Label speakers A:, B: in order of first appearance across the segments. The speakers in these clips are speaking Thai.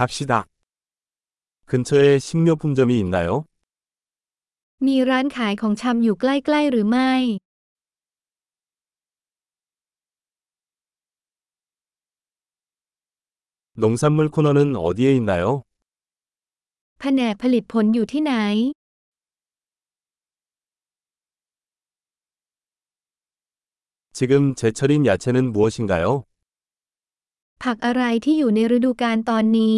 A: 갑시다. 근처에 식료품점이 있나요?
B: มีร้านขายของชำอยู่ใกล้ ๆ หรือไม่
A: 농산물 코너는 어디에 있나요?
B: แผนกผลิตผลอยู่ที่ไหน
A: 지금 제철인 야채는 무엇인가요?
B: ผักอะไรที่อยู่ในฤดูกาลตอนนี้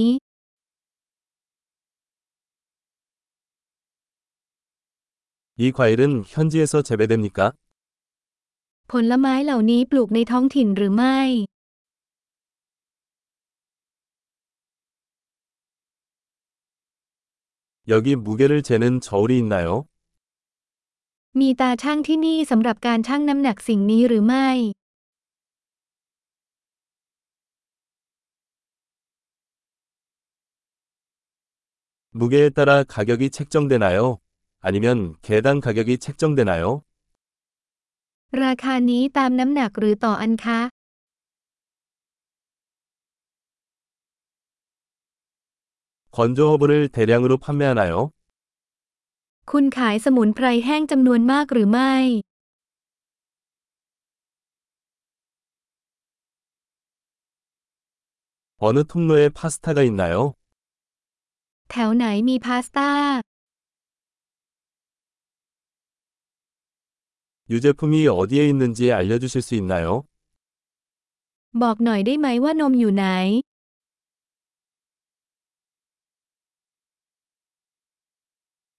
A: 이 과일은 현지에서 재배됩니까?
B: ผลไม้เหล่านี้ปลูกในท้องถิ่นหรือไม่
A: 여기 무게를 재는 저울이 있나요?
B: มีตาช่างที่นี่สำหรับการชั่งน้ำหนักสิ่งนี้หรือไม่
A: 무게에 따라 가격이 책정되나요? 아니면 개당 가격이 책정되나요?
B: ราคานี้ตามน้ำหนักหรือต่ออันคะ
A: 건조 허브를 대량으로 판매하나요?
B: คุณขายสมุนไพรแห้งจำนวนมากหรือไม่
A: 어느 통로에 파스타가 있나요?
B: แถวไหนมีพาสต้า
A: 유제품이 어디에 있는지 알려주실 수 있나요?
B: บอกหน่อยได้ไหมว่านมอยู่ไหน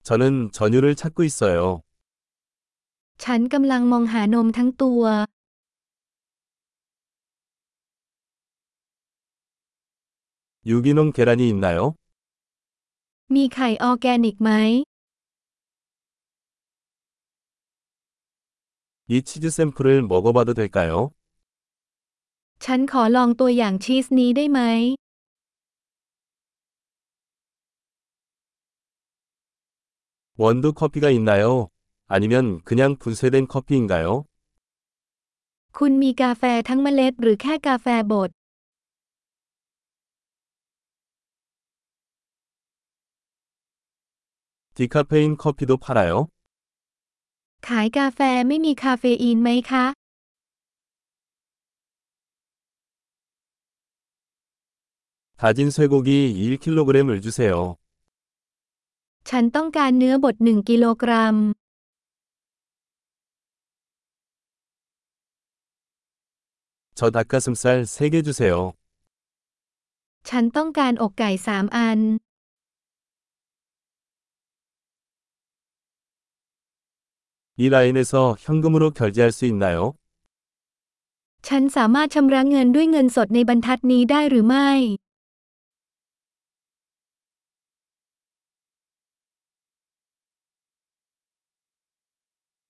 A: 저는 전유를 찾고 있어요.
B: ฉันกำลังมองหานมทั้งตัว
A: 유기농 계란이 있나요?
B: มีไข่ออร์แกนิกไหม
A: 이 치즈 샘플을 먹어봐도 될까요?
B: ฉันขอลองตัวอย่างชีสนี้ได้ไหม
A: 원두 커피가 있나요? 아니면 그냥 분쇄된 커피인가요?
B: คุณมีกาแฟทั้งเมล็ดหรือแค่กาแฟบด
A: 디카페인 커피도 팔아요?
B: ขายกาแฟไม่มีคาเฟอีนไหมคะ
A: 다진 쇠고기 1kg을 주세요.
B: ฉันต้องการเนื้อบด1กิโลกรัม
A: 저 닭가슴살 3개 주세요.
B: ฉันต้องการอกไก่ 3 อัน
A: 이 라인에서 현금으로 결제할 수 있나요?
B: ฉันสามารถชำระเงินด้วยเงินสดในบรรทัดนี้ได้หรือไม่